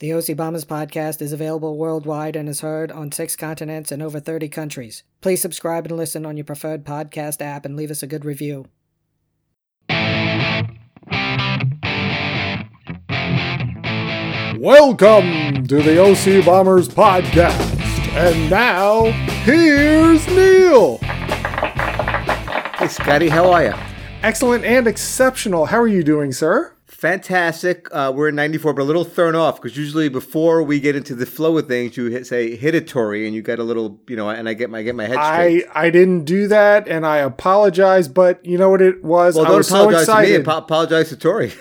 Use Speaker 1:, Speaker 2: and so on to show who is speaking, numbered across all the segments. Speaker 1: The OC Bombers podcast is available worldwide and is heard on six continents and over 30 countries. Please subscribe and listen on your preferred podcast app and leave us a good review.
Speaker 2: Welcome to the OC Bombers podcast. And now, here's Neil.
Speaker 3: Hey, Scotty, how are you?
Speaker 2: Excellent and exceptional. How are you doing, sir?
Speaker 3: Fantastic. Uh, we're in 94, but a little thrown off because usually before we get into the flow of things, you hit, say hit a Tory and you get a little, you know, and I get my I get my head
Speaker 2: I,
Speaker 3: straight.
Speaker 2: I didn't do that and I apologize, but you know what it was?
Speaker 3: well,
Speaker 2: I
Speaker 3: don't
Speaker 2: was so
Speaker 3: apologize to me.
Speaker 2: excited.
Speaker 3: apo- Apologize to Tory.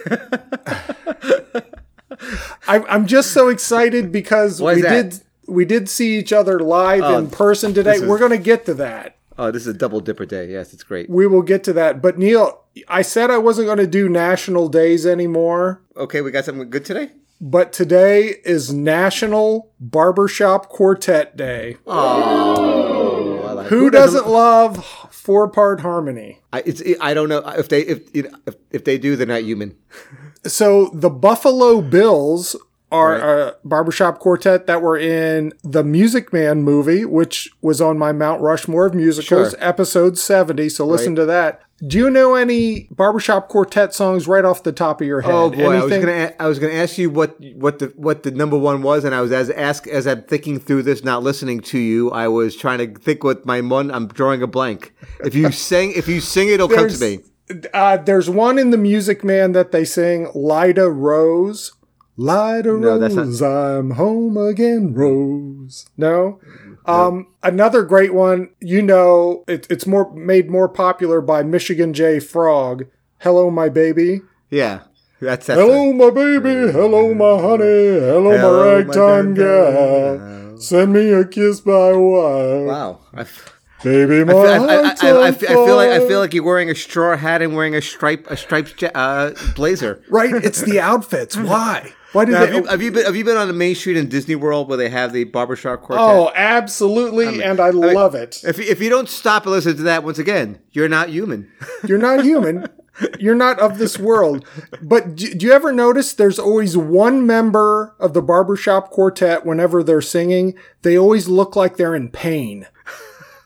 Speaker 2: I, I'm just so excited because
Speaker 3: Why is
Speaker 2: we
Speaker 3: that? Oh,
Speaker 2: did we did see each other live in person today.
Speaker 3: this is-
Speaker 2: We're going to get to that.
Speaker 3: oh, this is a double dipper day. Yes, it's great.
Speaker 2: We will get to that. But Neil, I said I wasn't going to do national days anymore,
Speaker 3: Okay, we got something good today.
Speaker 2: but today is National Barbershop Quartet Day.
Speaker 3: Oh, I like-
Speaker 2: Who doesn't love four-part harmony?
Speaker 3: I, it's, I don't know if they if, you know, if if they do, they're not human.
Speaker 2: So the Buffalo Bills are a barbershop quartet that were in the Music Man movie, which was on my Mount Rushmore of musicals,
Speaker 3: Sure.
Speaker 2: episode 70. So listen to that. Do you know any barbershop quartet songs right off the top of your head?
Speaker 3: Oh boy, I was
Speaker 2: Anything?
Speaker 3: gonna a- I was gonna ask you what what the what the number one was, and I was as ask as I'm thinking through this, not listening to you. I was trying to think what my one. I'm drawing a blank. If you sing, if you sing, it, it'll come to me.
Speaker 2: Uh, there's one in the Music Man that they sing, Lida Rose. Lida
Speaker 3: No, that's not-
Speaker 2: Rose, I'm home again, Rose. No? Um, another great one, you know, it, it's more made more popular by Michigan J. Frog. Hello, my baby.
Speaker 3: Yeah, that's that.
Speaker 2: Hello, my baby. Hello, my honey. Hello, my
Speaker 3: Hello, my
Speaker 2: ragtime
Speaker 3: girl.
Speaker 2: gal. Send me a kiss, my wife.
Speaker 3: Wow. I, f-
Speaker 2: Baby, my
Speaker 3: I, I, I, I, I, I
Speaker 2: heart's on
Speaker 3: feel like I
Speaker 2: fire.
Speaker 3: feel like you're wearing a straw hat and wearing a stripe a stripes ja- uh, blazer.
Speaker 2: Right? It's the outfits. Why? Why do
Speaker 3: Now,
Speaker 2: they?
Speaker 3: have, you, have you been have you been on the Main Street in Disney World where they have the barbershop quartet?
Speaker 2: Oh, absolutely, and I,
Speaker 3: mean-
Speaker 2: love it.
Speaker 3: If, you- if you don't stop and listen to that once again, you're not human.
Speaker 2: You're not human. You're not of this world. But do, do you ever notice there's always one member of the barbershop quartet whenever they're singing, they always look like they're in pain.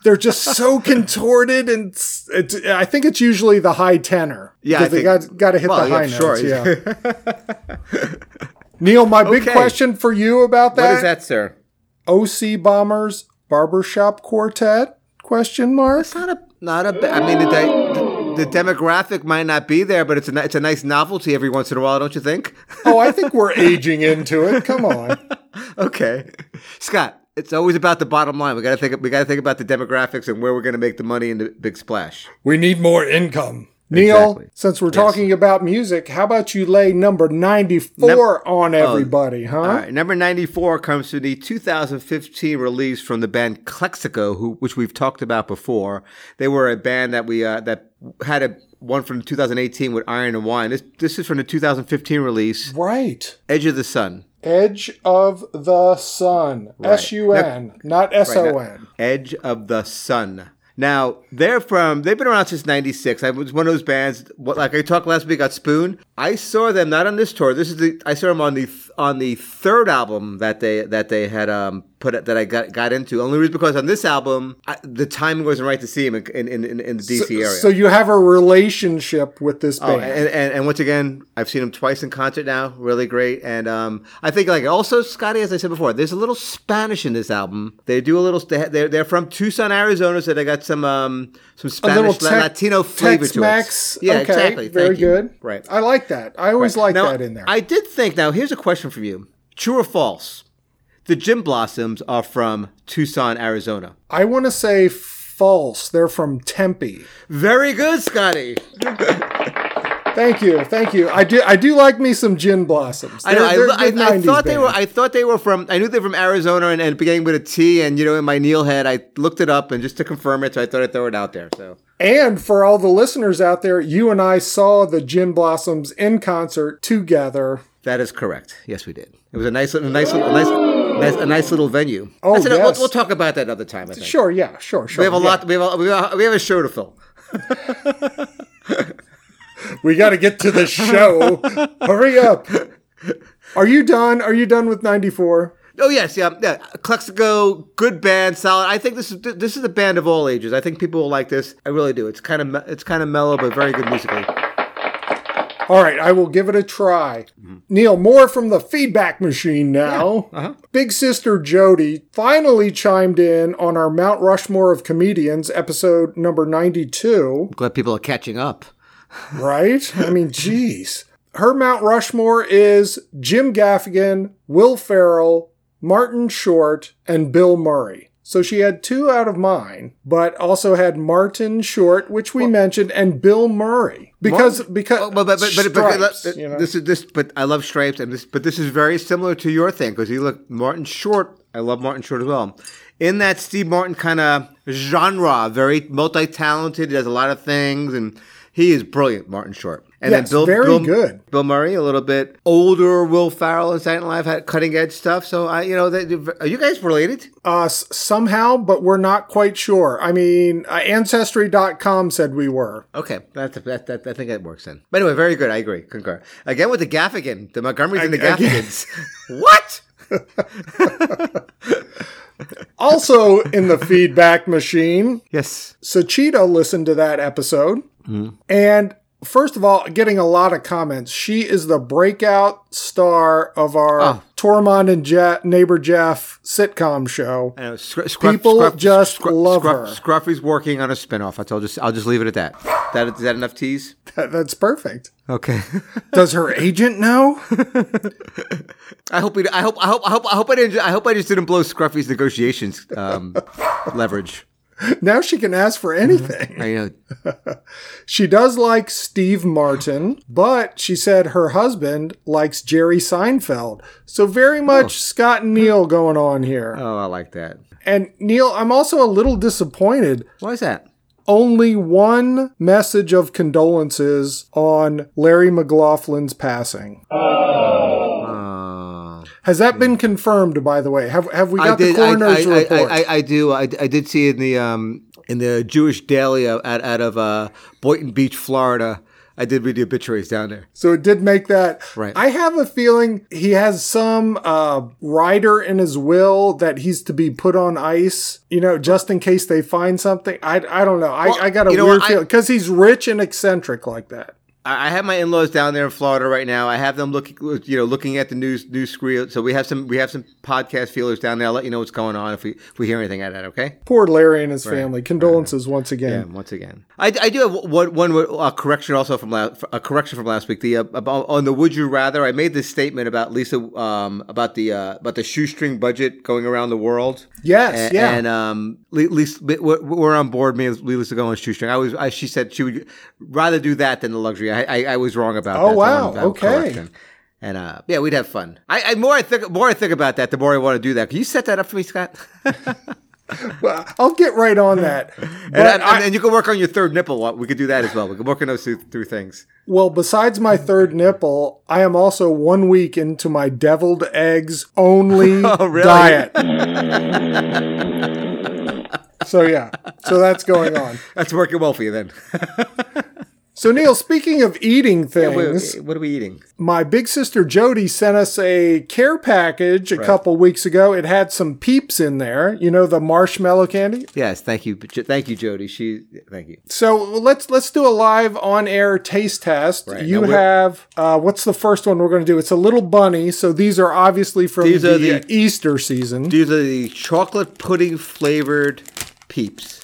Speaker 2: They're just so contorted, and s- it's, I think it's usually the high tenor.
Speaker 3: Yeah, I
Speaker 2: because they got
Speaker 3: think-
Speaker 2: got to hit
Speaker 3: well,
Speaker 2: the
Speaker 3: yeah,
Speaker 2: high
Speaker 3: sure.
Speaker 2: notes. Yeah. Neil, my big
Speaker 3: Okay.
Speaker 2: question for you about that:
Speaker 3: What is that, sir?
Speaker 2: OC Bombers barbershop quartet? Question mark.
Speaker 3: It's not a not a. ba- I mean, the, di- the, the demographic might not be there, but it's a ni- it's a nice novelty every once in a while, don't you think?
Speaker 2: Oh, I think we're aging into it. Come on.
Speaker 3: okay, Scott. It's always about the bottom line. We gotta think. We gotta think about the demographics and where we're gonna make the money in the big splash.
Speaker 2: We need more income. Neil,
Speaker 3: Exactly.
Speaker 2: since we're talking about music, how about you lay number 94 on everybody, huh?
Speaker 3: Oh. All right, number ninety-four comes to the 2015 release from the band Clexico, who which we've talked about before. They were a band that we uh, that had a one from 2018 with Iron and Wine. This this is from the 2015 release,
Speaker 2: Right.
Speaker 3: Edge of the Sun.
Speaker 2: Edge of the Sun. S U N, not S O N.
Speaker 3: Edge of the Sun. Now they're from they've been around since '96. I was one of those bands. What like I talked last week about Spoon. I saw them not on this tour. This is the I saw them on the on the third album that they that they had um put that I got got into. Only reason because on this album I, the timing wasn't right to see him in in, in, in the DC area.
Speaker 2: So you have a relationship with this
Speaker 3: Oh,
Speaker 2: band.
Speaker 3: and, and, and once again, I've seen him twice in concert now. Really great. And um, I think, like, also, Scotty, as I said before, there's a little Spanish in this album. They do a little, they, they're, they're from Tucson, Arizona, so they got some um, some Spanish La-
Speaker 2: Tex-
Speaker 3: Latino flavor to
Speaker 2: Tex-Mex.
Speaker 3: it. Yeah,
Speaker 2: okay,
Speaker 3: exactly. Thank
Speaker 2: Very
Speaker 3: you.
Speaker 2: good.
Speaker 3: Right.
Speaker 2: I like that. I always like
Speaker 3: Now,
Speaker 2: that in there.
Speaker 3: I did think, now, here's a question for you True or false? The Gym Blossoms are from Tucson, Arizona.
Speaker 2: I want to say false. They're from Tempe.
Speaker 3: Very good, Scotty.
Speaker 2: Thank you, thank you. I do, I do like me some gin blossoms.
Speaker 3: I know. I,
Speaker 2: They're-
Speaker 3: lo-
Speaker 2: they're good
Speaker 3: I, I
Speaker 2: 90s
Speaker 3: thought they
Speaker 2: band.
Speaker 3: were. I thought they were from. I knew they were from Arizona and, and beginning with a T. And you know, in my Neil head, I looked it up and just to confirm it. So I thought I'd throw it out there. So
Speaker 2: and for all the listeners out there, you and I saw the gin blossoms in concert together.
Speaker 3: that is correct. Yes, we did. It was a nice, little- a nice, little- a nice, nice, a nice little venue.
Speaker 2: Oh,
Speaker 3: That's it. We'll,
Speaker 2: yes.
Speaker 3: we'll talk about that another time. I think.
Speaker 2: Sure, yeah, sure, sure.
Speaker 3: We have a lot. We have a, we have a, we have a show to fill.
Speaker 2: We got to get to the show. Hurry up. Are you done? Are you done with 94?
Speaker 3: Oh yes, yeah, yeah. Clexico, good band, solid. I think this is this is a band of all ages. I think people will like this. I really do. It's kind of me- it's kind of mellow, but very good musically.
Speaker 2: All right, I will give it a try.
Speaker 3: Mm-hmm.
Speaker 2: Neil, more from the feedback machine now.
Speaker 3: uh-huh.
Speaker 2: Big Sister Jody finally chimed in on our Mount Rushmore of Comedians episode number 92,
Speaker 3: Glad people are catching up.
Speaker 2: right? I mean, geez. Her Mount Rushmore is Jim Gaffigan, Will Farrell, Martin Short, and Bill Murray. So she had two out of mine, but also had Martin Short, which we mentioned, and Bill Murray. Because, because,
Speaker 3: Oh, but but but, but, but-
Speaker 2: Stripes,
Speaker 3: but-
Speaker 2: you know.
Speaker 3: this is this. But I love stripes, and this. But this is very similar to your thing because you look Martin Short. I love Martin Short as well. In that Steve Martin kind of genre, very multi-talented. He does a lot of things, and he is brilliant, Martin Short. And
Speaker 2: Yes, very good.
Speaker 3: Bill Murray, a little bit older. Will Farrell and Saturday Night Live had cutting edge stuff. So I, you know, they, are you guys related?
Speaker 2: us Uh, somehow, but we're not quite sure. I mean, uh, Ancestry.com said we were.
Speaker 3: Okay, that's that, that. I think that works then. But anyway, very good. I agree. Concur again with the Gaffigan, the Montgomerys and the
Speaker 2: Ag- again.
Speaker 3: Gaffigans. what?
Speaker 2: Also in the feedback machine,
Speaker 3: Yes.
Speaker 2: Sachita listened to that episode. And first of all, getting a lot of comments. She is the breakout star of our
Speaker 3: Oh.
Speaker 2: Tormund and Je- Neighbor Jeff sitcom show.
Speaker 3: I know. Scru- scruff,
Speaker 2: People
Speaker 3: scruff,
Speaker 2: just love her.
Speaker 3: Scruffy's working on a spinoff. I'll just I'll just leave it at that. That is that enough tease?
Speaker 2: That- That's perfect.
Speaker 3: Okay.
Speaker 2: Does her agent know?
Speaker 3: I hope we, I hope I hope I hope I hope I didn't I hope I just didn't blow Scruffy's negotiations um, leverage.
Speaker 2: now she can ask for anything.
Speaker 3: I know.
Speaker 2: She does like Steve Martin, but she said her husband likes Jerry Seinfeld. So very much Scott and Neil going on here.
Speaker 3: Oh, I like that.
Speaker 2: And Neil, I'm also a little disappointed.
Speaker 3: Why is that?
Speaker 2: Only one message of condolences on Larry McLaughlin's passing.
Speaker 3: Oh.
Speaker 2: Has that been confirmed, by the way? Have have we
Speaker 3: I
Speaker 2: got
Speaker 3: did.
Speaker 2: the coroner's
Speaker 3: I, I,
Speaker 2: report?
Speaker 3: I, I, I do. I, I did see in the um, in the Jewish Daily out, out of uh, Boynton Beach, Florida. I did read the obituaries down there.
Speaker 2: So it did make that.
Speaker 3: Right.
Speaker 2: I have a feeling he has some uh, rider in his will that he's to be put on ice, you know, just in case they find something. I, I don't know. I, I got a
Speaker 3: you know
Speaker 2: weird
Speaker 3: what, I-
Speaker 2: feeling because he's rich and eccentric like that.
Speaker 3: I I have my in-laws down there in Florida right now. I have them looking, you know, looking at the news news screen. So we have some we have some podcast feelers down there. I'll let you know what's going on if we if we hear anything out of that. Okay.
Speaker 2: Poor Larry and his family. Condolences once again.
Speaker 3: And once again, I, I do have one one uh, correction also from last a correction from last week. The uh, about, on the would you rather, I made this statement about Lisa um, about the uh, about the shoestring budget going around the world.
Speaker 2: Yes,
Speaker 3: A-
Speaker 2: yeah.
Speaker 3: And um, Le- Lisa, we- we're, we're on board. Me and Lisa going on shoestring. I was. I, she said she would rather do that than the luxury. I, I, I was wrong about
Speaker 2: Oh,
Speaker 3: that. so I wanted
Speaker 2: wow.
Speaker 3: that
Speaker 2: Okay.
Speaker 3: correction. And uh, yeah, we'd have fun. I, I more I think more I think about that, the more I want to do that. Can you set that up for me, Scott? and,
Speaker 2: Well, I'll get right on that. But
Speaker 3: and,
Speaker 2: I-
Speaker 3: and you can work on your third nipple. We could do that as well. We can work on those two, three things.
Speaker 2: well, besides my third nipple, I am also one week into my deviled eggs only
Speaker 3: really?
Speaker 2: diet. so, yeah. So that's going on.
Speaker 3: That's working well for you then.
Speaker 2: So, Neil, speaking of eating
Speaker 3: What-
Speaker 2: things,
Speaker 3: what are we eating?
Speaker 2: my big sister Jody sent us a care package a couple weeks ago. It had some peeps in there, you know, the marshmallow candy.
Speaker 3: Yes, thank you, Jo- thank you, Jody. She, thank you.
Speaker 2: So let's let's do a live on air taste test.
Speaker 3: Right.
Speaker 2: You
Speaker 3: Now we're-
Speaker 2: have uh, what's the first one we're going to do? It's a little bunny. So these are obviously from
Speaker 3: These
Speaker 2: the,
Speaker 3: are the-
Speaker 2: Easter season.
Speaker 3: These are the chocolate pudding flavored peeps.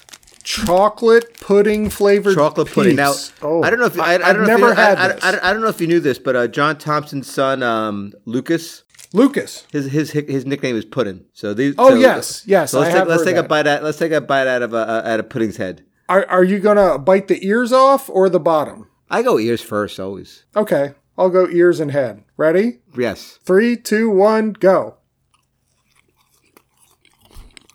Speaker 2: chocolate pudding flavored
Speaker 3: chocolate pudding. Now,
Speaker 2: peeps. oh,
Speaker 3: I don't know if I, I
Speaker 2: I've
Speaker 3: don't know if
Speaker 2: never
Speaker 3: you,
Speaker 2: had
Speaker 3: I, I-
Speaker 2: this.
Speaker 3: I, I don't know if you knew this, but uh, John Thompson's son, um, Lucas,
Speaker 2: Lucas.
Speaker 3: his his his nickname is Puddin. So these.
Speaker 2: Oh,
Speaker 3: so-
Speaker 2: yes, yes,
Speaker 3: So let's
Speaker 2: I
Speaker 3: take
Speaker 2: have
Speaker 3: let's
Speaker 2: heard
Speaker 3: take a
Speaker 2: that.
Speaker 3: bite out. Let's take a bite out of a uh, out of Pudding's head.
Speaker 2: Are are you going to bite the ears off or the bottom?
Speaker 3: I go ears first always.
Speaker 2: Okay, I'll go ears and head. Ready?
Speaker 3: Yes.
Speaker 2: Three, two, one, go.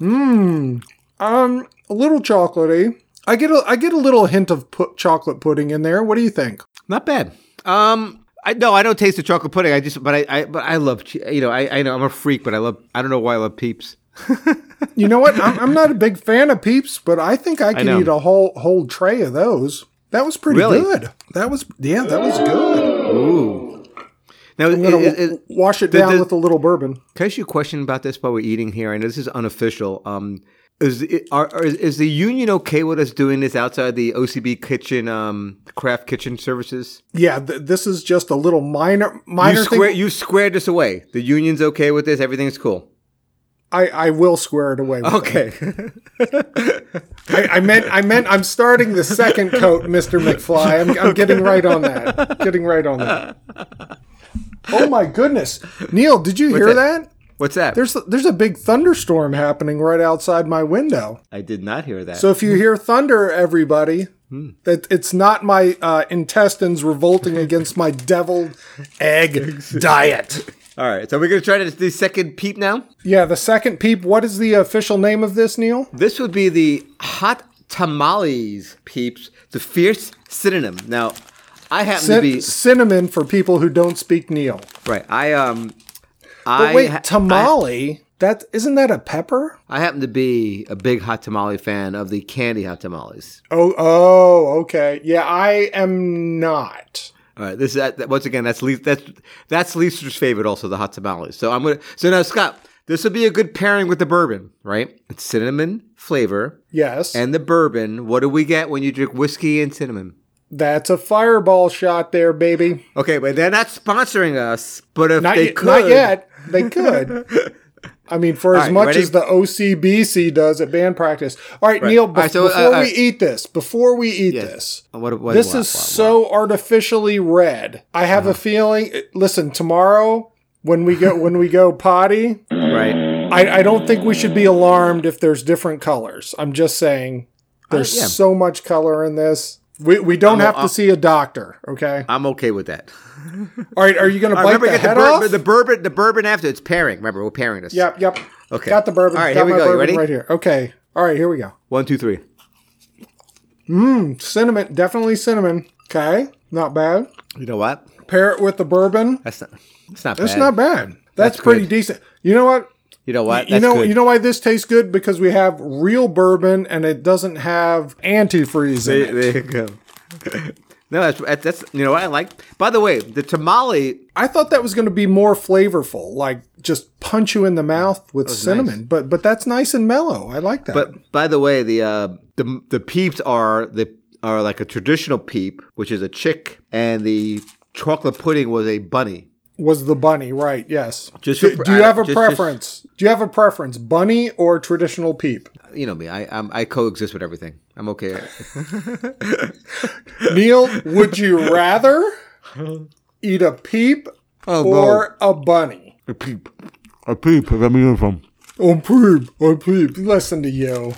Speaker 2: Mmm. Um, a little chocolatey. I get a I get a little hint of pu- chocolate pudding in there. What do you think?
Speaker 3: Not bad. Um, I no, I don't taste the chocolate pudding. I just, but I, I but I love, che- you know, I, I know I'm a freak, but I love. I don't know why I love peeps.
Speaker 2: You know what? I'm, I'm not a big fan of Peeps, but I think I can
Speaker 3: know.
Speaker 2: eat a whole whole tray of those. That was pretty
Speaker 3: Really?
Speaker 2: good. That was yeah, that was good.
Speaker 3: Ooh. Now,
Speaker 2: I'm gonna
Speaker 3: it- it-
Speaker 2: wash it
Speaker 3: the-
Speaker 2: down
Speaker 3: the-
Speaker 2: with a little bourbon.
Speaker 3: Can I ask you a question about this while we're eating here? I know this is unofficial. Um, is the, are, are, is the union okay with us doing this outside the OCB kitchen, um, craft kitchen services?
Speaker 2: Yeah, th- this is just a little minor minor
Speaker 3: You, square,
Speaker 2: thing.
Speaker 3: you squared this away. The union's okay with this. Everything's cool.
Speaker 2: I, I will square it away. With
Speaker 3: Okay.
Speaker 2: that. I, I meant I meant I'm starting the second coat, Mister McFly. I'm, I'm getting right on that. Getting right on that. Oh my goodness, Neil, did you hear that?
Speaker 3: What's that?
Speaker 2: There's there's a big thunderstorm happening right outside my window.
Speaker 3: I did not hear that.
Speaker 2: So if you hear thunder, everybody,
Speaker 3: Hmm.
Speaker 2: that it's not my uh, intestines revolting against my deviled egg diet.
Speaker 3: All right. So we're going to try to the second peep now.
Speaker 2: Yeah, the second peep. What is the official name of this, Neil?
Speaker 3: This would be the hot tamales peeps, the fierce synonym. Now, I happen to
Speaker 2: Cin-
Speaker 3: be
Speaker 2: cinnamon for people who don't speak Neil.
Speaker 3: right. I um,
Speaker 2: But
Speaker 3: I
Speaker 2: wait,
Speaker 3: ha-
Speaker 2: tamale? that isn't that a pepper?
Speaker 3: I happen to be a big hot tamale fan of the candy hot tamales.
Speaker 2: Oh, oh, okay. Yeah, I am not.
Speaker 3: All right, this is that, once again that's Le- that's that's Leicester's favorite, also the hot tamales. So I'm gonna so now Scott, this would be a good pairing with the bourbon, right? It's cinnamon flavor
Speaker 2: Yes,
Speaker 3: and the bourbon. What do we get when you drink whiskey and cinnamon?
Speaker 2: that's a fireball shot there, baby.
Speaker 3: Okay, but they're not sponsoring us. But if
Speaker 2: Not,
Speaker 3: they
Speaker 2: yet,
Speaker 3: could,
Speaker 2: not yet. They could. I mean, for as
Speaker 3: right,
Speaker 2: much
Speaker 3: ready?
Speaker 2: as the OCBC does at band practice. All right, Neil. Be-
Speaker 3: All right, so, uh,
Speaker 2: before
Speaker 3: uh,
Speaker 2: we eat this, before we eat this,
Speaker 3: What, what,
Speaker 2: this
Speaker 3: what-
Speaker 2: is
Speaker 3: what- Uh-huh.
Speaker 2: so artificially red. I have a feeling. Listen, tomorrow when we go when we go potty,
Speaker 3: what? right?
Speaker 2: I, I don't think we should be alarmed if there's different colors. I'm just saying there's
Speaker 3: Uh, yeah. uh,
Speaker 2: so much color in this. We, we don't have to see a doctor. Okay.
Speaker 3: I'm okay with that.
Speaker 2: All right. Are you going to
Speaker 3: I
Speaker 2: bite
Speaker 3: uh, remember
Speaker 2: the
Speaker 3: get the
Speaker 2: head
Speaker 3: bourbon,
Speaker 2: off?
Speaker 3: the bourbon, the bourbon after it's pairing. Remember, we're pairing this.
Speaker 2: yep. Yep.
Speaker 3: Okay.
Speaker 2: Got the bourbon.
Speaker 3: All right,
Speaker 2: Got
Speaker 3: here we
Speaker 2: my
Speaker 3: go. You
Speaker 2: bourbon
Speaker 3: ready?
Speaker 2: Right here. Okay. All right. Here we go.
Speaker 3: One, two, three.
Speaker 2: Cinnamon. Definitely cinnamon. Okay. Not bad.
Speaker 3: You know what?
Speaker 2: Pair it with the bourbon.
Speaker 3: That's not. It's not.
Speaker 2: That's
Speaker 3: bad.
Speaker 2: not bad. That's,
Speaker 3: That's
Speaker 2: pretty
Speaker 3: good.
Speaker 2: decent. You know what?
Speaker 3: You know what?
Speaker 2: you
Speaker 3: That's
Speaker 2: know
Speaker 3: good.
Speaker 2: you know why this tastes good because we have real bourbon and it doesn't have antifreeze in
Speaker 3: There,
Speaker 2: it.
Speaker 3: there you go. no, that's that's- that's you know what I like. By the way, the tamale.
Speaker 2: I thought that was going to be more flavorful, like just punch you in the mouth with cinnamon, but but that's nice and mellow. I like that.
Speaker 3: But by the way, the uh, the the peeps are the are like a traditional peep, which is a chick, and the chocolate pudding was a bunny.
Speaker 2: was the bunny right? Yes.
Speaker 3: Just
Speaker 2: do,
Speaker 3: for-
Speaker 2: do you
Speaker 3: I-
Speaker 2: have a
Speaker 3: just- just-
Speaker 2: preference? do you have a preference, bunny or traditional peep?
Speaker 3: You know me. I I'm, I coexist with everything. I'm okay.
Speaker 2: Neil, would you rather eat a peep
Speaker 3: Oh,
Speaker 2: or a bunny?
Speaker 3: a peep, a peep. If I'm eating from.
Speaker 2: On peep, on peep. Listen to you.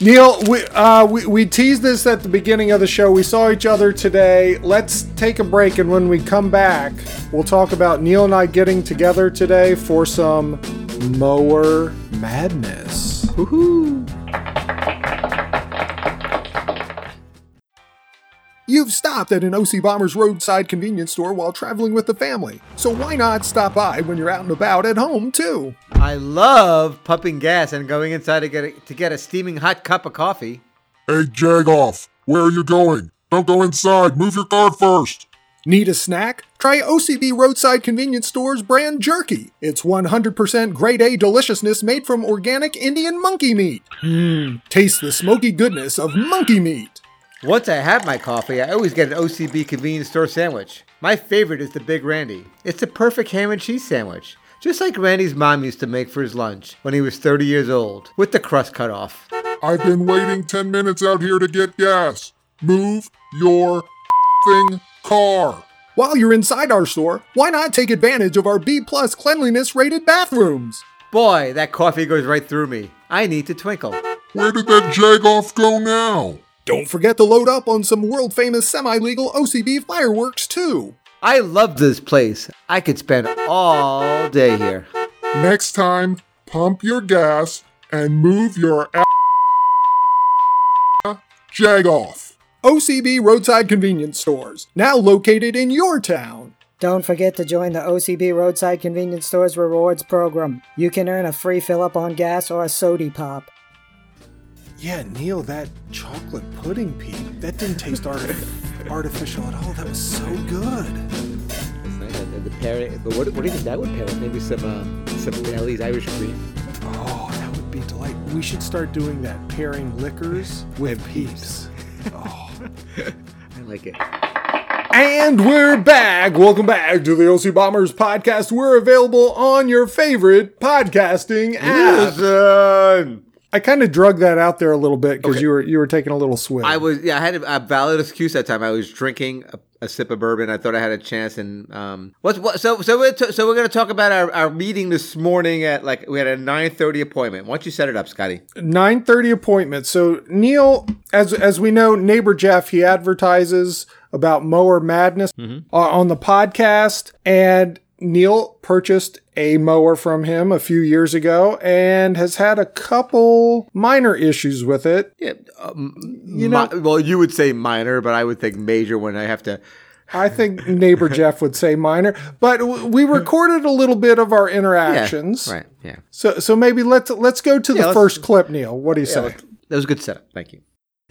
Speaker 2: Neil, we, uh, we, we teased this at the beginning of the show. We saw each other today. Let's take a break, and when we come back, we'll talk about Neil and I getting together today for some mower madness. You've stopped at an OC Bombers roadside convenience store while traveling with the family, so why not stop by when you're out and about at home, too?
Speaker 3: I love pumping gas and going inside to get a, to get a steaming hot cup of coffee.
Speaker 4: Hey, Jagoff, where are you going? Don't go inside. Move your car first.
Speaker 2: Need a snack? Try OCB Roadside Convenience Store's brand jerky. It's 100% grade A deliciousness made from organic Indian monkey meat. Taste the smoky goodness of monkey meat.
Speaker 3: Once I have my coffee, I always get an OCB convenience store sandwich. My favorite is the Big Randy. It's the perfect ham and cheese sandwich, just like Randy's mom used to make for his lunch when he was 30 years old, with the crust cut off.
Speaker 4: I've been waiting 10 minutes out here to get gas. Move your thing car.
Speaker 2: While you're inside our store, why not take advantage of our B plus cleanliness rated bathrooms?
Speaker 3: Boy, that coffee goes right through me. I need to twinkle.
Speaker 4: Where did that Jagoff go now?
Speaker 2: Don't forget to load up on some world famous semi legal OCB fireworks, too.
Speaker 3: I love this place. I could spend all day here.
Speaker 4: Next time, pump your gas and move your a- Jagoff.
Speaker 2: OCB Roadside Convenience Stores, now located in your town.
Speaker 1: Don't forget to join the OCB Roadside Convenience Store's rewards program. You can earn a free fill up on gas or a sody pop.
Speaker 2: Yeah, Neil, that chocolate pudding peep, that didn't taste arti- artificial at all. That was so good.
Speaker 3: It's nice out
Speaker 5: and the pairing. But what, what do you think that would pair with? Maybe some uh, some Ellie's Irish cream.
Speaker 6: Oh, that would be delightful. We should start doing that, pairing liquors with peeps.
Speaker 5: I like it.
Speaker 2: And we're back. Welcome back to the OC Bombers podcast. We're available on your favorite podcasting app.
Speaker 3: Listen.
Speaker 2: I kind of drug that out there a little bit because
Speaker 3: Okay.
Speaker 2: you were you were taking a little swig.
Speaker 3: I was yeah, I had a, a valid excuse that time. I was drinking a, a sip of bourbon. I thought I had a chance, and um, what's what? So so we're t- so we're gonna talk about our, our meeting this morning at like we had a nine thirty appointment. Why don't you set it up, Scotty?
Speaker 2: 9:30 appointment. So Neil, as as we know, neighbor Jeff, he advertises about mower madness
Speaker 3: Mm-hmm.
Speaker 2: uh, on the podcast, and Neil purchased a mower from him a few years ago and has had a couple minor issues with it.
Speaker 3: Yeah, you know, well, you would say minor, but I would think major when I have to.
Speaker 2: I think neighbor Jeff would say minor, but w- we recorded a little bit of our
Speaker 3: Yeah,
Speaker 2: interactions.
Speaker 3: right? Yeah,
Speaker 2: So so maybe let's let's go to the
Speaker 3: let's-
Speaker 2: first clip, Neil. What do you say?
Speaker 3: that was a good setup. Thank you.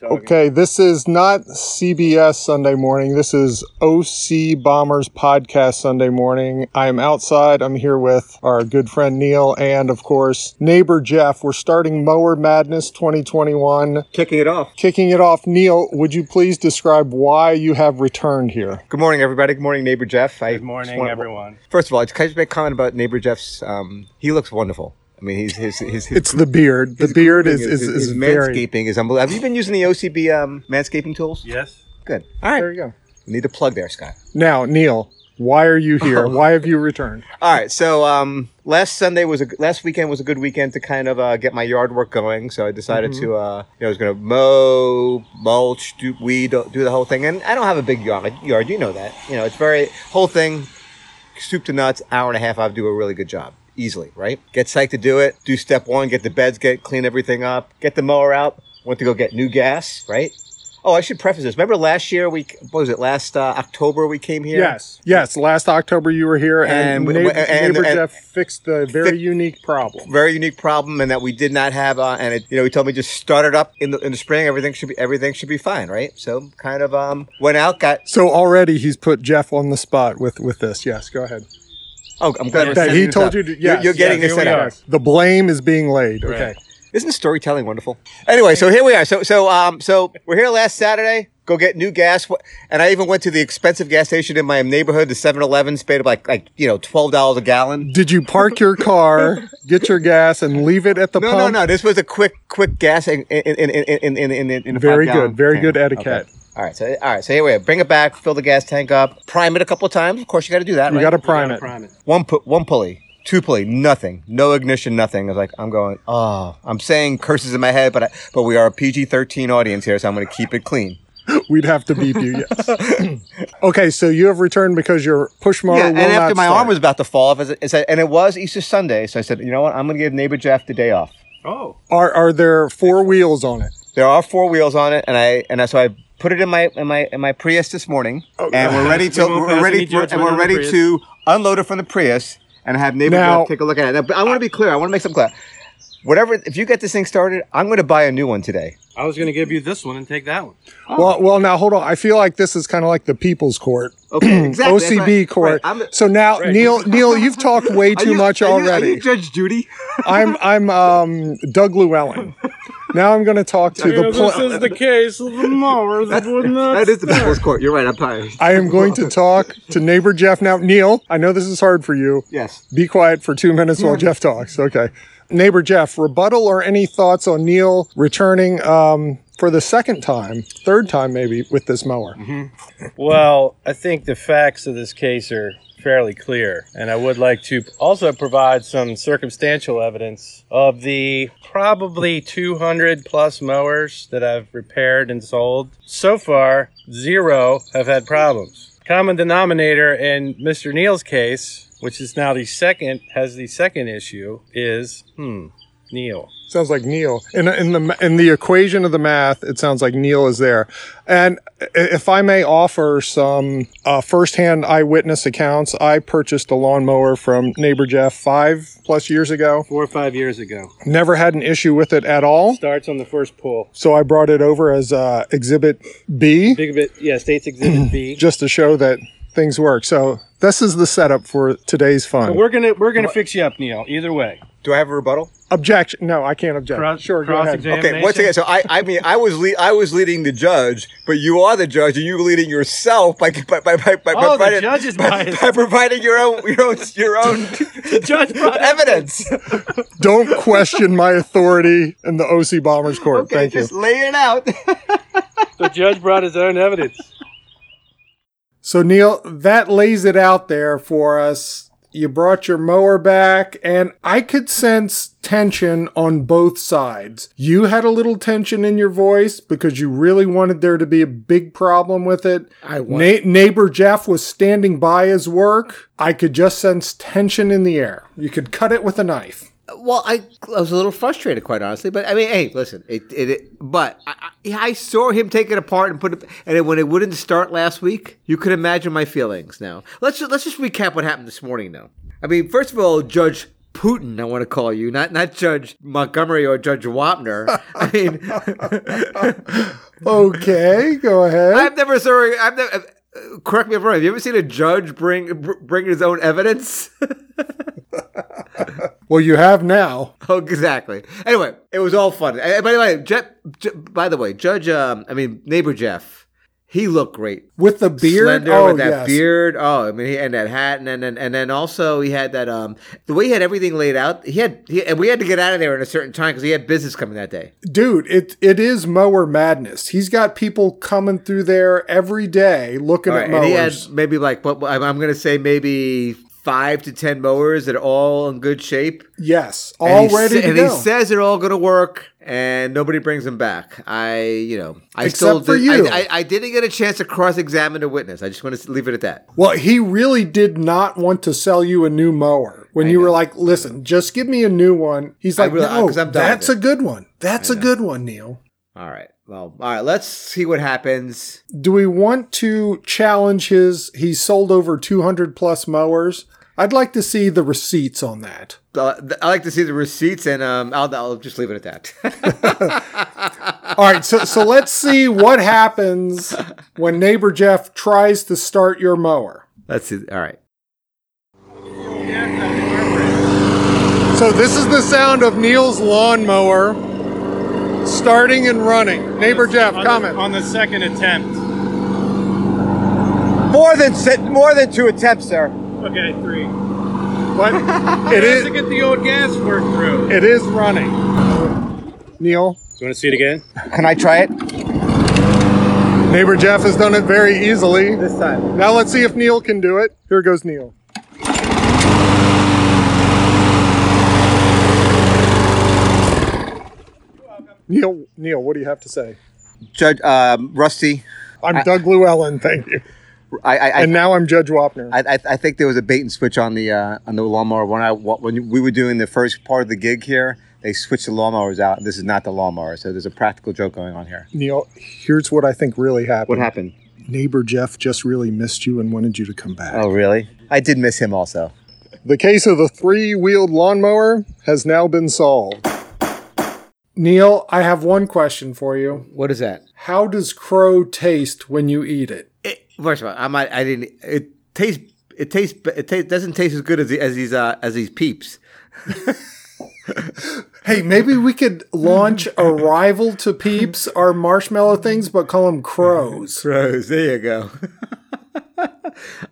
Speaker 2: Okay, this is not CBS Sunday morning. This is OC Bombers podcast Sunday morning. I'm outside. I'm here with our good friend Neil and, of course, neighbor Jeff. We're starting Mower Madness 2021.
Speaker 3: Kicking it off.
Speaker 2: Kicking it off, Neil, would you please describe why you have returned here?
Speaker 3: Good morning, everybody. Good morning, neighbor Jeff. Good
Speaker 7: morning, everyone.
Speaker 3: First of all, I just- can I just make a comment about neighbor Jeff's? Um, he looks wonderful. I mean, he's his his, his
Speaker 2: It's the beard. The beard is,
Speaker 3: His-
Speaker 2: is,
Speaker 3: his-
Speaker 2: is
Speaker 3: his
Speaker 2: very.
Speaker 3: manscaping is unbelievable. Have you been using the OCB um, manscaping tools?
Speaker 7: Yes.
Speaker 3: Good. All right.
Speaker 2: There you go.
Speaker 3: Need a plug there, Scott.
Speaker 2: Now, Neil, why are you here? Why have you returned?
Speaker 3: All right. So um, last Sunday was a last weekend was a good weekend to kind of uh, get my yard work going. So I decided to uh, you know I was going to mow, mulch, do weed, do the whole thing. And I don't have a big yard. Yard, you know that. You know it's very whole thing, soup to nuts, hour and a half. I do a really good job easily. Right. Get psyched to do it. Do step one. Get the beds. Get clean everything up. Get the mower out. Went to go get new gas. Right. Oh, I should preface this. Remember last year we what was it? Last uh, October we came here.
Speaker 2: Yes, yes. Last October you were here, and,
Speaker 3: And we-
Speaker 2: neighbor,
Speaker 3: we- and-
Speaker 2: neighbor
Speaker 3: and-
Speaker 2: Jeff fixed the very unique problem.
Speaker 3: very unique problem and that we did not have uh, and it, you know he told me just start it up in the in the spring everything should be everything should be fine right so kind of um went out got
Speaker 2: So already he's put Jeff on the spot with with this. Yes, go ahead.
Speaker 3: oh i'm glad we're
Speaker 2: That
Speaker 3: setting
Speaker 2: he
Speaker 3: this
Speaker 2: told
Speaker 3: up.
Speaker 2: you to-
Speaker 3: You're-
Speaker 2: yes,
Speaker 3: you're, getting
Speaker 7: yes,
Speaker 3: this
Speaker 7: here
Speaker 3: set
Speaker 7: we
Speaker 3: up
Speaker 7: are.
Speaker 2: The blame is being laid. Okay.
Speaker 3: isn't storytelling wonderful anyway so here we are so so um so we're here last saturday go get new gas Wh- and i even went to the expensive gas station in my neighborhood the 7-eleven paid like like you know $12 a gallon
Speaker 2: Did you park your car, get your gas, and leave it at the
Speaker 3: no,
Speaker 2: pump?
Speaker 3: no, no. This was a quick, quick gas in in in in in in, in, in a
Speaker 2: Very
Speaker 3: five-gallon
Speaker 2: good, very
Speaker 3: can.
Speaker 2: good etiquette.
Speaker 3: Okay. All right, so all right, so here we are. Bring it back, fill the gas tank up, prime it a couple times. Of course, you got to do that.
Speaker 2: You
Speaker 3: right?
Speaker 2: got to prime it.
Speaker 3: one pu- one pulley, two pulley, nothing, no ignition, nothing. I was like, I'm going. Oh, I'm saying curses in my head, but I, but we are a PG-13 audience here, so I'm going to keep it clean.
Speaker 2: We'd have to beep you. Yes. okay, so you have returned because your push mower
Speaker 3: yeah,
Speaker 2: Oh, will
Speaker 3: and
Speaker 2: not
Speaker 3: after my
Speaker 2: start.
Speaker 3: arm was about to fall off, I said- I said, and it was Easter Sunday, so I said, you know what, I'm going to give neighbor Jeff the day off.
Speaker 7: Oh.
Speaker 2: are are there four wheels on it?
Speaker 3: There are four wheels on it, and I and I, so I put it in my in my in my Prius this morning, and we're ready to
Speaker 7: We won't
Speaker 3: we are
Speaker 7: pass
Speaker 3: ready
Speaker 7: any
Speaker 3: for, and
Speaker 7: judgment
Speaker 3: we're
Speaker 7: on the
Speaker 3: ready
Speaker 7: Prius.
Speaker 3: to unload it from the Prius and have neighbor
Speaker 2: Now-
Speaker 3: Jeff take a look at it. Now, But I want to be clear. I want to make something clear. Whatever, if you get this thing started, I'm going to buy a new one today.
Speaker 7: I was going to give you this one and take that one.
Speaker 3: Oh.
Speaker 2: Well, well, now hold on. I feel like this is kind of like the people's court.
Speaker 3: Okay, exactly. that's
Speaker 2: OCB
Speaker 3: right.
Speaker 2: court.
Speaker 3: Right, I'm-
Speaker 2: so now, Neil, Neil, you've talked way
Speaker 3: Are
Speaker 2: too
Speaker 3: you-
Speaker 2: much
Speaker 3: are you- are
Speaker 2: already.
Speaker 3: you Judge Judy.
Speaker 2: I'm I'm um, Doug Llewellyn. Now I'm going to talk to the. Pl-
Speaker 7: is the case of the mower that would not.
Speaker 3: That is the people's court. You're right. I'm tired.
Speaker 2: I am going to talk to neighbor Jeff now. Neil, I know this is hard for you.
Speaker 3: Yes.
Speaker 2: Be quiet for two minutes while Jeff talks. Okay. Neighbor Jeff, rebuttal or any thoughts on Neil returning um, for the second time, third time maybe, with this mower?
Speaker 8: Well, I think the facts of this case are fairly clear, and I would like to also provide some circumstantial evidence of the probably 200 plus mowers that I've repaired and sold. So far, zero have had problems. Common denominator in Mr. Neal's case, which is now the second, has the second issue, is hmm, Neal.
Speaker 2: Sounds like Neil. In, in the in the equation of the math, it sounds like Neil is there. And i- if I may offer some uh, firsthand eyewitness accounts, I purchased a lawnmower from neighbor Jeff five plus years ago.
Speaker 8: Four or five years ago.
Speaker 2: Never had an issue with it at all.
Speaker 8: Starts on the first pull.
Speaker 2: So I brought it over as uh, Exhibit B
Speaker 8: Big bit, yeah, States Exhibit B.
Speaker 2: just to show that things work. So
Speaker 9: This is the setup for today's fun.
Speaker 7: We're gonna we're gonna fix you up, Neil. Either way.
Speaker 10: Do I have a rebuttal?
Speaker 9: Objection. No, I can't object.
Speaker 7: Cross-
Speaker 9: sure, go ahead.
Speaker 7: cross-examination.
Speaker 10: Okay, once again, so I, I mean, I was lead, I was leading the judge, but you are the judge, and you were leading yourself by by by by, by,
Speaker 7: Oh, the
Speaker 10: providing,
Speaker 7: judge is
Speaker 10: by,
Speaker 7: biased.
Speaker 10: by providing your own your own your own
Speaker 7: Judge brought up-
Speaker 10: evidence.
Speaker 9: Don't question my authority in the OC Bombers Court.
Speaker 10: Okay,
Speaker 9: Thank
Speaker 10: just
Speaker 9: you.
Speaker 10: lay it out.
Speaker 8: The judge brought his own evidence.
Speaker 2: So Neil, that lays it out there for us. You brought your mower back, and I could sense tension on both sides. You had a little tension in your voice because you really wanted there to be a big problem with it.
Speaker 5: I want-
Speaker 2: Na- neighbor Jeff was standing by his work. I could just sense tension in the air. You could cut it with a knife.
Speaker 3: Well, I, I was a little frustrated, quite honestly. But I mean, hey, listen, it, it, it but I, I, yeah, I saw him take it apart and put it, and it, when it wouldn't start last week, you could imagine my feelings. Now, let's ju- let's just recap what happened this morning. Now, I mean, first of all, Judge Putin, I want to call you, not not Judge Montgomery or Judge Wapner. I mean,
Speaker 2: Okay, go ahead.
Speaker 3: I've never saw. I've never. uh, Correct me if I'm wrong. Have you ever seen a judge bring br- bring his own evidence?
Speaker 2: Well, you have now.
Speaker 3: Oh, exactly. Anyway, it was all fun. And by the way, Jeff, Je- by the way, Judge, um, I mean neighbor Jeff, he looked great.
Speaker 2: With the beard,
Speaker 3: Slender
Speaker 2: oh
Speaker 3: with that
Speaker 2: yes.
Speaker 3: beard. Oh, I mean, he, and that hat, and then and, and then also he had that um the way he had everything laid out. He had he, and we had to get out of there in a certain time because he had business coming that day.
Speaker 2: dude it it is mower madness he's got people coming through there every day looking
Speaker 3: All right,
Speaker 2: at
Speaker 3: and he had
Speaker 2: mowers
Speaker 3: maybe like what what- I'm I'm gonna say maybe five to ten mowers that are all in good shape.
Speaker 2: yes all
Speaker 3: And he
Speaker 2: ready
Speaker 3: sa-
Speaker 2: to
Speaker 3: and
Speaker 2: go
Speaker 3: he says they're all going to work, and nobody brings them back. I, you know, I
Speaker 2: Except
Speaker 3: still
Speaker 2: for
Speaker 3: did,
Speaker 2: you.
Speaker 3: I, I, I didn't get a chance to cross-examine a witness. I just want to leave it at that.
Speaker 2: well he really did not want to sell you a new mower when you were like listen just give me a new one he's
Speaker 3: I
Speaker 2: like
Speaker 3: really-
Speaker 2: no
Speaker 3: 'cause I'm done with
Speaker 2: that's
Speaker 3: it."
Speaker 2: a good one that's a good one neil
Speaker 3: All right. Well, all right. Let's see what happens.
Speaker 2: do we want to challenge his he's sold over 200 plus mowers i'd like to see the receipts on that
Speaker 3: Uh, th- I like to see the receipts, and um, I'll, I'll just leave it at that.
Speaker 2: All right, so so let's see what happens when neighbor Jeff tries to start your mower.
Speaker 3: Let's see. All right.
Speaker 2: So this is the sound of Neil's lawnmower starting and running. Neighbor Jeff, comment.
Speaker 7: On the second attempt.
Speaker 10: more than se- more than two attempts, sir.
Speaker 7: Okay, three.
Speaker 2: What? It
Speaker 7: to
Speaker 2: is
Speaker 7: get the old gas work through.
Speaker 2: it is running. Neil,
Speaker 7: You wanna see it again?
Speaker 10: Can I try it?
Speaker 2: neighbor Jeff has done it very easily.
Speaker 10: This time.
Speaker 2: Now let's see if Neil can do it. Here goes Neil.
Speaker 9: Neil, Neil, what do you have to say?
Speaker 10: Judge um, Rusty,
Speaker 9: I'm Doug Llewellyn. Thank you.
Speaker 10: I I,
Speaker 9: And now I'm Judge Wapner.
Speaker 10: I, I, I think there was a bait and switch on the uh, on the lawnmower when I when we were doing the first part of the gig here. They switched the lawnmowers out, and this is not the lawnmower. So there's a practical joke going on here.
Speaker 9: Neil, here's what I think really happened.
Speaker 10: What happened?
Speaker 9: Neighbor Jeff just really missed you and wanted you to come back.
Speaker 10: Oh, really? I did miss him also.
Speaker 9: The case of the three-wheeled lawnmower has now been solved.
Speaker 2: Neil, I have one question for you.
Speaker 3: What is that?
Speaker 2: How does crow taste when you eat it?
Speaker 3: It, first of all, I'm not, I didn't. It tastes. It tastes. It tastes, doesn't taste as good as the, as these uh, as these peeps.
Speaker 2: Hey, maybe we could launch a rival to Peeps, our marshmallow things, but call them crows.
Speaker 3: Crows. There you go.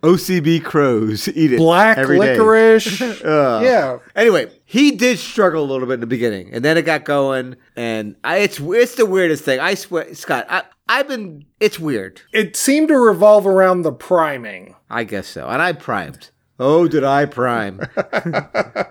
Speaker 3: OCB crows. Eat it.
Speaker 2: Black
Speaker 3: every day.
Speaker 2: licorice. yeah.
Speaker 3: Anyway, he did struggle a little bit in the beginning, and then it got going. And I, it's it's the weirdest thing. I swear, Scott, I, I've been. It's weird.
Speaker 2: It seemed to revolve around the priming.
Speaker 3: I guess so. And I primed. Oh, did I prime? but,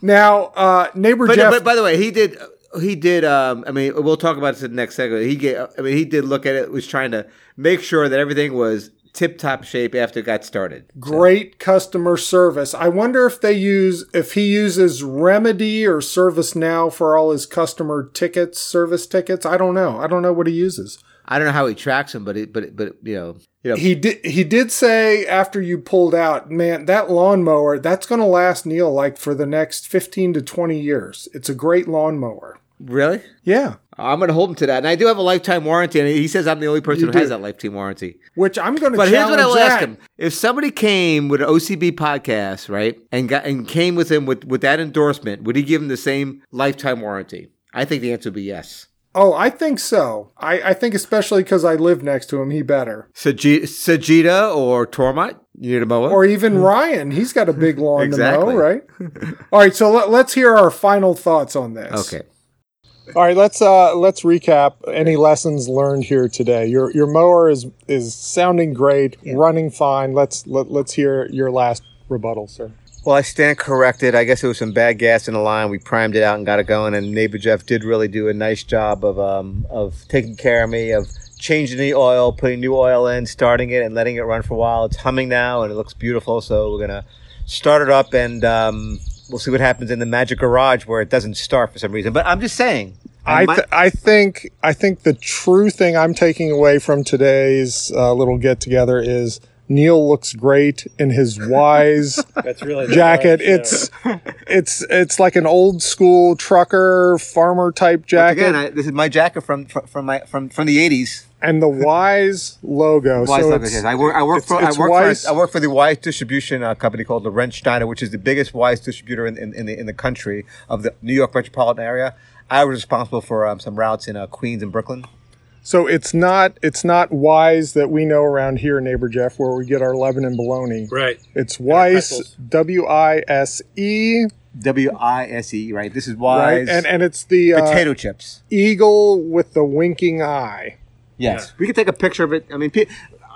Speaker 2: Now, uh, neighbor Jeff.
Speaker 3: but by the way, he did. He did. Um, I mean, we'll talk about this in the next segment. He gave. I mean, he did look at it. Was trying to make sure that everything was tip top shape after it got started.
Speaker 2: great customer service. I wonder if they use if he uses Remedy or ServiceNow for all his customer tickets, service tickets. I don't know. I don't know what he uses.
Speaker 3: I don't know how he tracks him, but it, but it, but you know, you know,
Speaker 2: He did he did say after you pulled out, man, that lawnmower, that's going to last Neil like for the next 15 to 20 years. It's a great lawnmower.
Speaker 3: really.
Speaker 2: Yeah.
Speaker 3: I'm going to hold him to that. And I do have a lifetime warranty, and he says I'm the only person
Speaker 2: You
Speaker 3: who
Speaker 2: do.
Speaker 3: has that lifetime warranty.
Speaker 2: Which I'm going to
Speaker 3: But
Speaker 2: challenge
Speaker 3: here's what I'll
Speaker 2: that.
Speaker 3: ask him: If somebody came with an OCB podcast, right, and got and came with him with with that endorsement, would he give him the same lifetime warranty? I think the answer would be yes.
Speaker 2: Oh, I think so. I, I think especially because I live next to him, he better.
Speaker 3: Saji- Sajida or Tormont, you need a mower?
Speaker 2: Or even Ryan, he's got a big lawn to
Speaker 3: Exactly.
Speaker 2: mow, right? All right, so let, let's hear our final thoughts on this.
Speaker 3: okay.
Speaker 9: All right, let's uh, let's recap any lessons learned here today. Your your mower is is sounding great, running fine. Let's let, let's hear your last rebuttal, sir.
Speaker 10: Well, I stand corrected. I guess it was some bad gas in the line. We primed it out and got it going. And neighbor Jeff did really do a nice job of um, of taking care of me, of changing the oil, putting new oil in, starting it, and letting it run for a while. It's humming now, and it looks beautiful. So we're gonna start it up, and um, we'll see what happens in the magic garage where it doesn't start for some reason. But I'm just saying.
Speaker 9: I,
Speaker 10: might-
Speaker 9: th- I think I think the true thing I'm taking away from today's uh, little get together is Neil looks great in his wise
Speaker 8: That's really the
Speaker 9: jacket.
Speaker 8: vibe, yeah.
Speaker 9: It's it's it's like an old school trucker farmer type
Speaker 10: Once
Speaker 9: jacket,
Speaker 10: Again, I, this is my jacket from from, from my from, from the '80s.
Speaker 9: and the wise logo.
Speaker 10: Wise
Speaker 9: so
Speaker 10: Logo,
Speaker 9: it's-
Speaker 10: yes. I work. I work
Speaker 9: it's-
Speaker 10: for. I
Speaker 9: it's
Speaker 10: work
Speaker 9: Wise-
Speaker 10: for. I work for the Wise distribution uh, company called the Steiner, which is the biggest Wise distributor in, in, in the in the country of the New York metropolitan area. I was responsible for um, some routes in uh, Queens and Brooklyn.
Speaker 9: So it's not it's not Wise that we know around here, neighbor Jeff, where we get our Lebanon bologna.
Speaker 8: Right.
Speaker 9: It's Wise,
Speaker 8: pretzels.
Speaker 9: W I S E,
Speaker 10: W I S E. Right. This is
Speaker 9: right?
Speaker 10: Wise
Speaker 9: And and it's the uh,
Speaker 10: potato chips.
Speaker 9: eagle with the winking eye.
Speaker 10: Yes, we can take a picture of it. I mean, pe-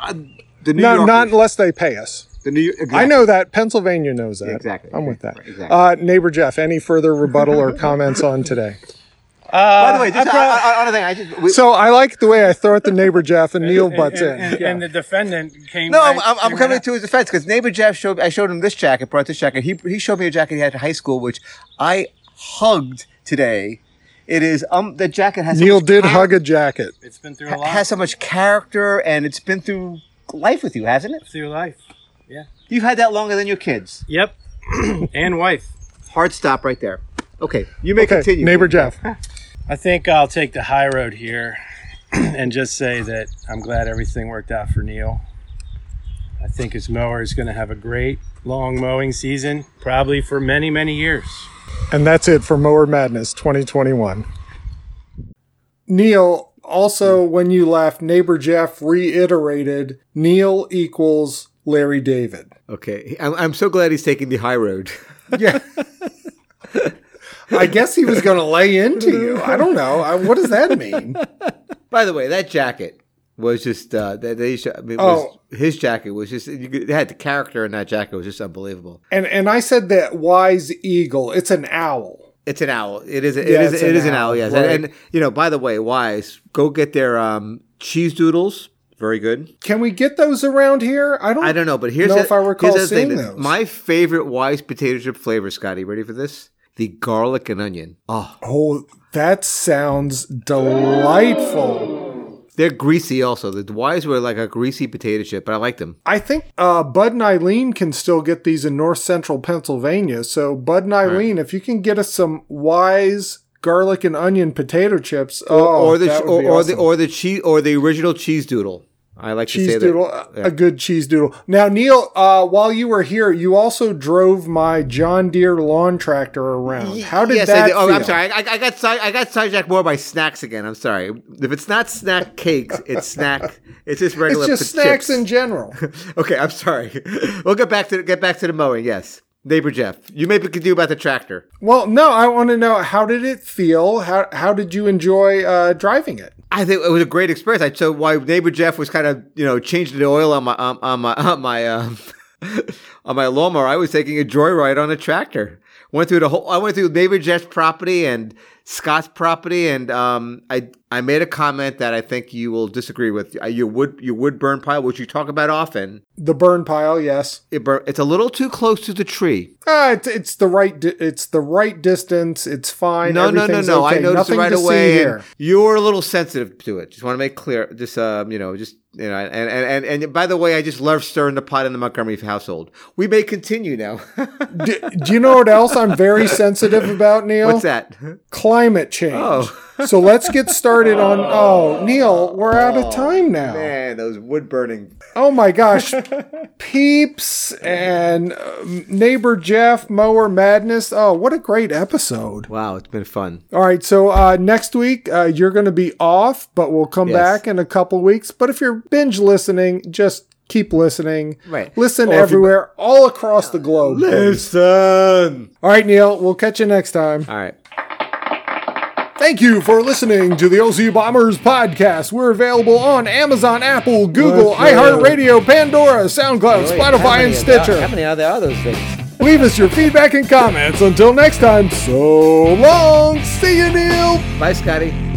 Speaker 10: uh, the New
Speaker 9: No,
Speaker 10: Yorkers-
Speaker 9: not unless they pay us.
Speaker 10: the New. York.
Speaker 9: I know that Pennsylvania knows that.
Speaker 10: Exactly.
Speaker 9: I'm with that.
Speaker 10: Right, exactly.
Speaker 9: Uh, neighbor Jeff, any further rebuttal or comments on today?
Speaker 8: Uh,
Speaker 10: By the way, just uh, uh, another thing. I just. We,
Speaker 9: So I like the way I throw at the neighbor Jeff and Neil butts
Speaker 7: and,
Speaker 9: in.
Speaker 7: and- and the defendant came.
Speaker 10: No,
Speaker 7: right-
Speaker 10: I'm, I'm, I'm
Speaker 7: came
Speaker 10: coming
Speaker 7: right
Speaker 10: to his defense because neighbor Jeff showed I showed him this jacket, brought this jacket. He he showed me a jacket he had in high school, which I hugged today. It is um the jacket has so
Speaker 9: Neil
Speaker 10: much
Speaker 9: did
Speaker 10: char-
Speaker 9: hug a jacket.
Speaker 7: It's been through a lot.
Speaker 10: has so much character and it's been through life with you, hasn't it?
Speaker 7: through life.
Speaker 10: You've had that longer than your kids.
Speaker 7: Yep. and wife.
Speaker 10: Hard stop right there. Okay, you may
Speaker 9: Okay,
Speaker 10: continue.
Speaker 9: neighbor Jeff.
Speaker 8: I think I'll take the high road here and just say that I'm glad everything worked out for Neil. I think his mower is going to have a great long mowing season, probably for many, many years.
Speaker 9: And that's it for Mower Madness 2021.
Speaker 2: Neil, also, when you left, neighbor Jeff reiterated Neil equals Larry David.
Speaker 3: Okay. I'm, I'm so glad he's taking the high road.
Speaker 2: Yeah. I guess he was going to lay into you. I don't know. I, what does that mean?
Speaker 3: By the way, that jacket was just uh, that they. sho- I mean,
Speaker 2: Oh.
Speaker 3: was, his jacket was just. You could, it had the character in that jacket was just unbelievable.
Speaker 2: And and I said that wise eagle. It's an owl.
Speaker 3: It's an owl. It is. It
Speaker 2: Yeah,
Speaker 3: is.
Speaker 2: it's
Speaker 3: It
Speaker 2: an
Speaker 3: is an
Speaker 2: owl,
Speaker 3: owl. Yes.
Speaker 2: right.
Speaker 3: And, and you know, by the way, wise. Go get their um, cheese doodles. Very good.
Speaker 2: Can we get those around here? I don't.
Speaker 3: I don't know, but here's
Speaker 2: know
Speaker 3: the-
Speaker 2: if I recall
Speaker 3: here's the
Speaker 2: seeing
Speaker 3: thing.
Speaker 2: those.
Speaker 3: My favorite wise potato chip flavor, Scotty. Ready for this? The garlic and onion. Oh,
Speaker 2: oh, that sounds delightful.
Speaker 3: they're greasy. Also, the wise were like a greasy potato chip, but I like them.
Speaker 2: I think uh, Bud and Eileen can still get these in North Central Pennsylvania. So Bud and Eileen, if you can get us some wise garlic and onion potato chips, oh,
Speaker 3: or the
Speaker 2: that
Speaker 3: or,
Speaker 2: would be
Speaker 3: or
Speaker 2: awesome.
Speaker 3: the or the cheese or the original cheese doodle. I like to
Speaker 2: cheese
Speaker 3: say
Speaker 2: doodle,
Speaker 3: that.
Speaker 2: a- a good cheese doodle. Now, Neil, uh, while you were here, you also drove my John Deere lawn tractor around. How did
Speaker 3: yes, I
Speaker 2: that?
Speaker 3: did. Oh, I'm
Speaker 2: feel?
Speaker 3: sorry. I, I got side, I got sidetracked more by snacks again. I'm sorry. If it's not snack cakes, it's snack. It's just
Speaker 2: It's
Speaker 3: regular.
Speaker 2: just
Speaker 3: p-
Speaker 2: snacks
Speaker 3: chips.
Speaker 2: in general.
Speaker 3: okay, I'm sorry. We'll get back to get back to the mowing. Yes, neighbor Jeff, you maybe could do about the tractor.
Speaker 2: well, no, I want to know how did it feel? How how did you enjoy uh, driving it?
Speaker 3: I think it was a great experience. I so why neighbor Jeff was kind of you know changing the oil on my on, on my on my um, on my lawnmower. I was taking a joyride on a tractor. Went through the whole. I went through neighbor Jeff's property and Scott's property, and um, I I made a comment that I think you will disagree with. Uh, Your wood your wood burn pile, which you talk about often,
Speaker 2: The burn pile, yes.
Speaker 3: it bur- it's a little too close to the tree.
Speaker 2: Uh, it's, it's the right di- it's the right distance. It's fine.
Speaker 3: No, no, no,
Speaker 2: Everything's
Speaker 3: no. I
Speaker 2: okay.
Speaker 3: noticed
Speaker 2: Nothing
Speaker 3: it right
Speaker 2: to see
Speaker 3: away.
Speaker 2: here.
Speaker 3: And you were a little sensitive to it. Just want to make clear. Just um, you know, just you know, and and and, and by the way, I just love stirring the pot in the Montgomery household. We may continue now.
Speaker 2: do, do you know what else I'm very sensitive about, Neil? Oh.
Speaker 3: What's that?
Speaker 2: Climate change.
Speaker 3: Oh,
Speaker 2: So let's get started on. Oh, Neil, we're out of time now.
Speaker 3: Oh, Man, those wood burning.
Speaker 2: Oh my gosh. Peeps and um, neighbor Jeff, Mower Madness. Oh, what a great episode.
Speaker 3: Wow, it's been fun.
Speaker 2: All right. So uh, next week, uh, you're going to be off, but we'll come
Speaker 3: Yes.
Speaker 2: back in a couple weeks. But if you're binge listening, just keep listening.
Speaker 3: Right.
Speaker 2: Listen
Speaker 3: Or if you-
Speaker 2: everywhere, all across the globe. please.
Speaker 3: Listen.
Speaker 2: All right, Neil, we'll catch you next time.
Speaker 3: All right.
Speaker 2: Thank you for listening to the OC Bombers podcast. We're available on Amazon, Apple, Google, iHeartRadio, Pandora, SoundCloud,
Speaker 5: Wait, how
Speaker 2: Spotify,
Speaker 5: many
Speaker 2: and
Speaker 5: are there-
Speaker 2: Stitcher.
Speaker 5: How many are there are those things?
Speaker 2: Leave us your feedback and comments. Until next time, so long. See you, Neil.
Speaker 3: Bye, Scotty.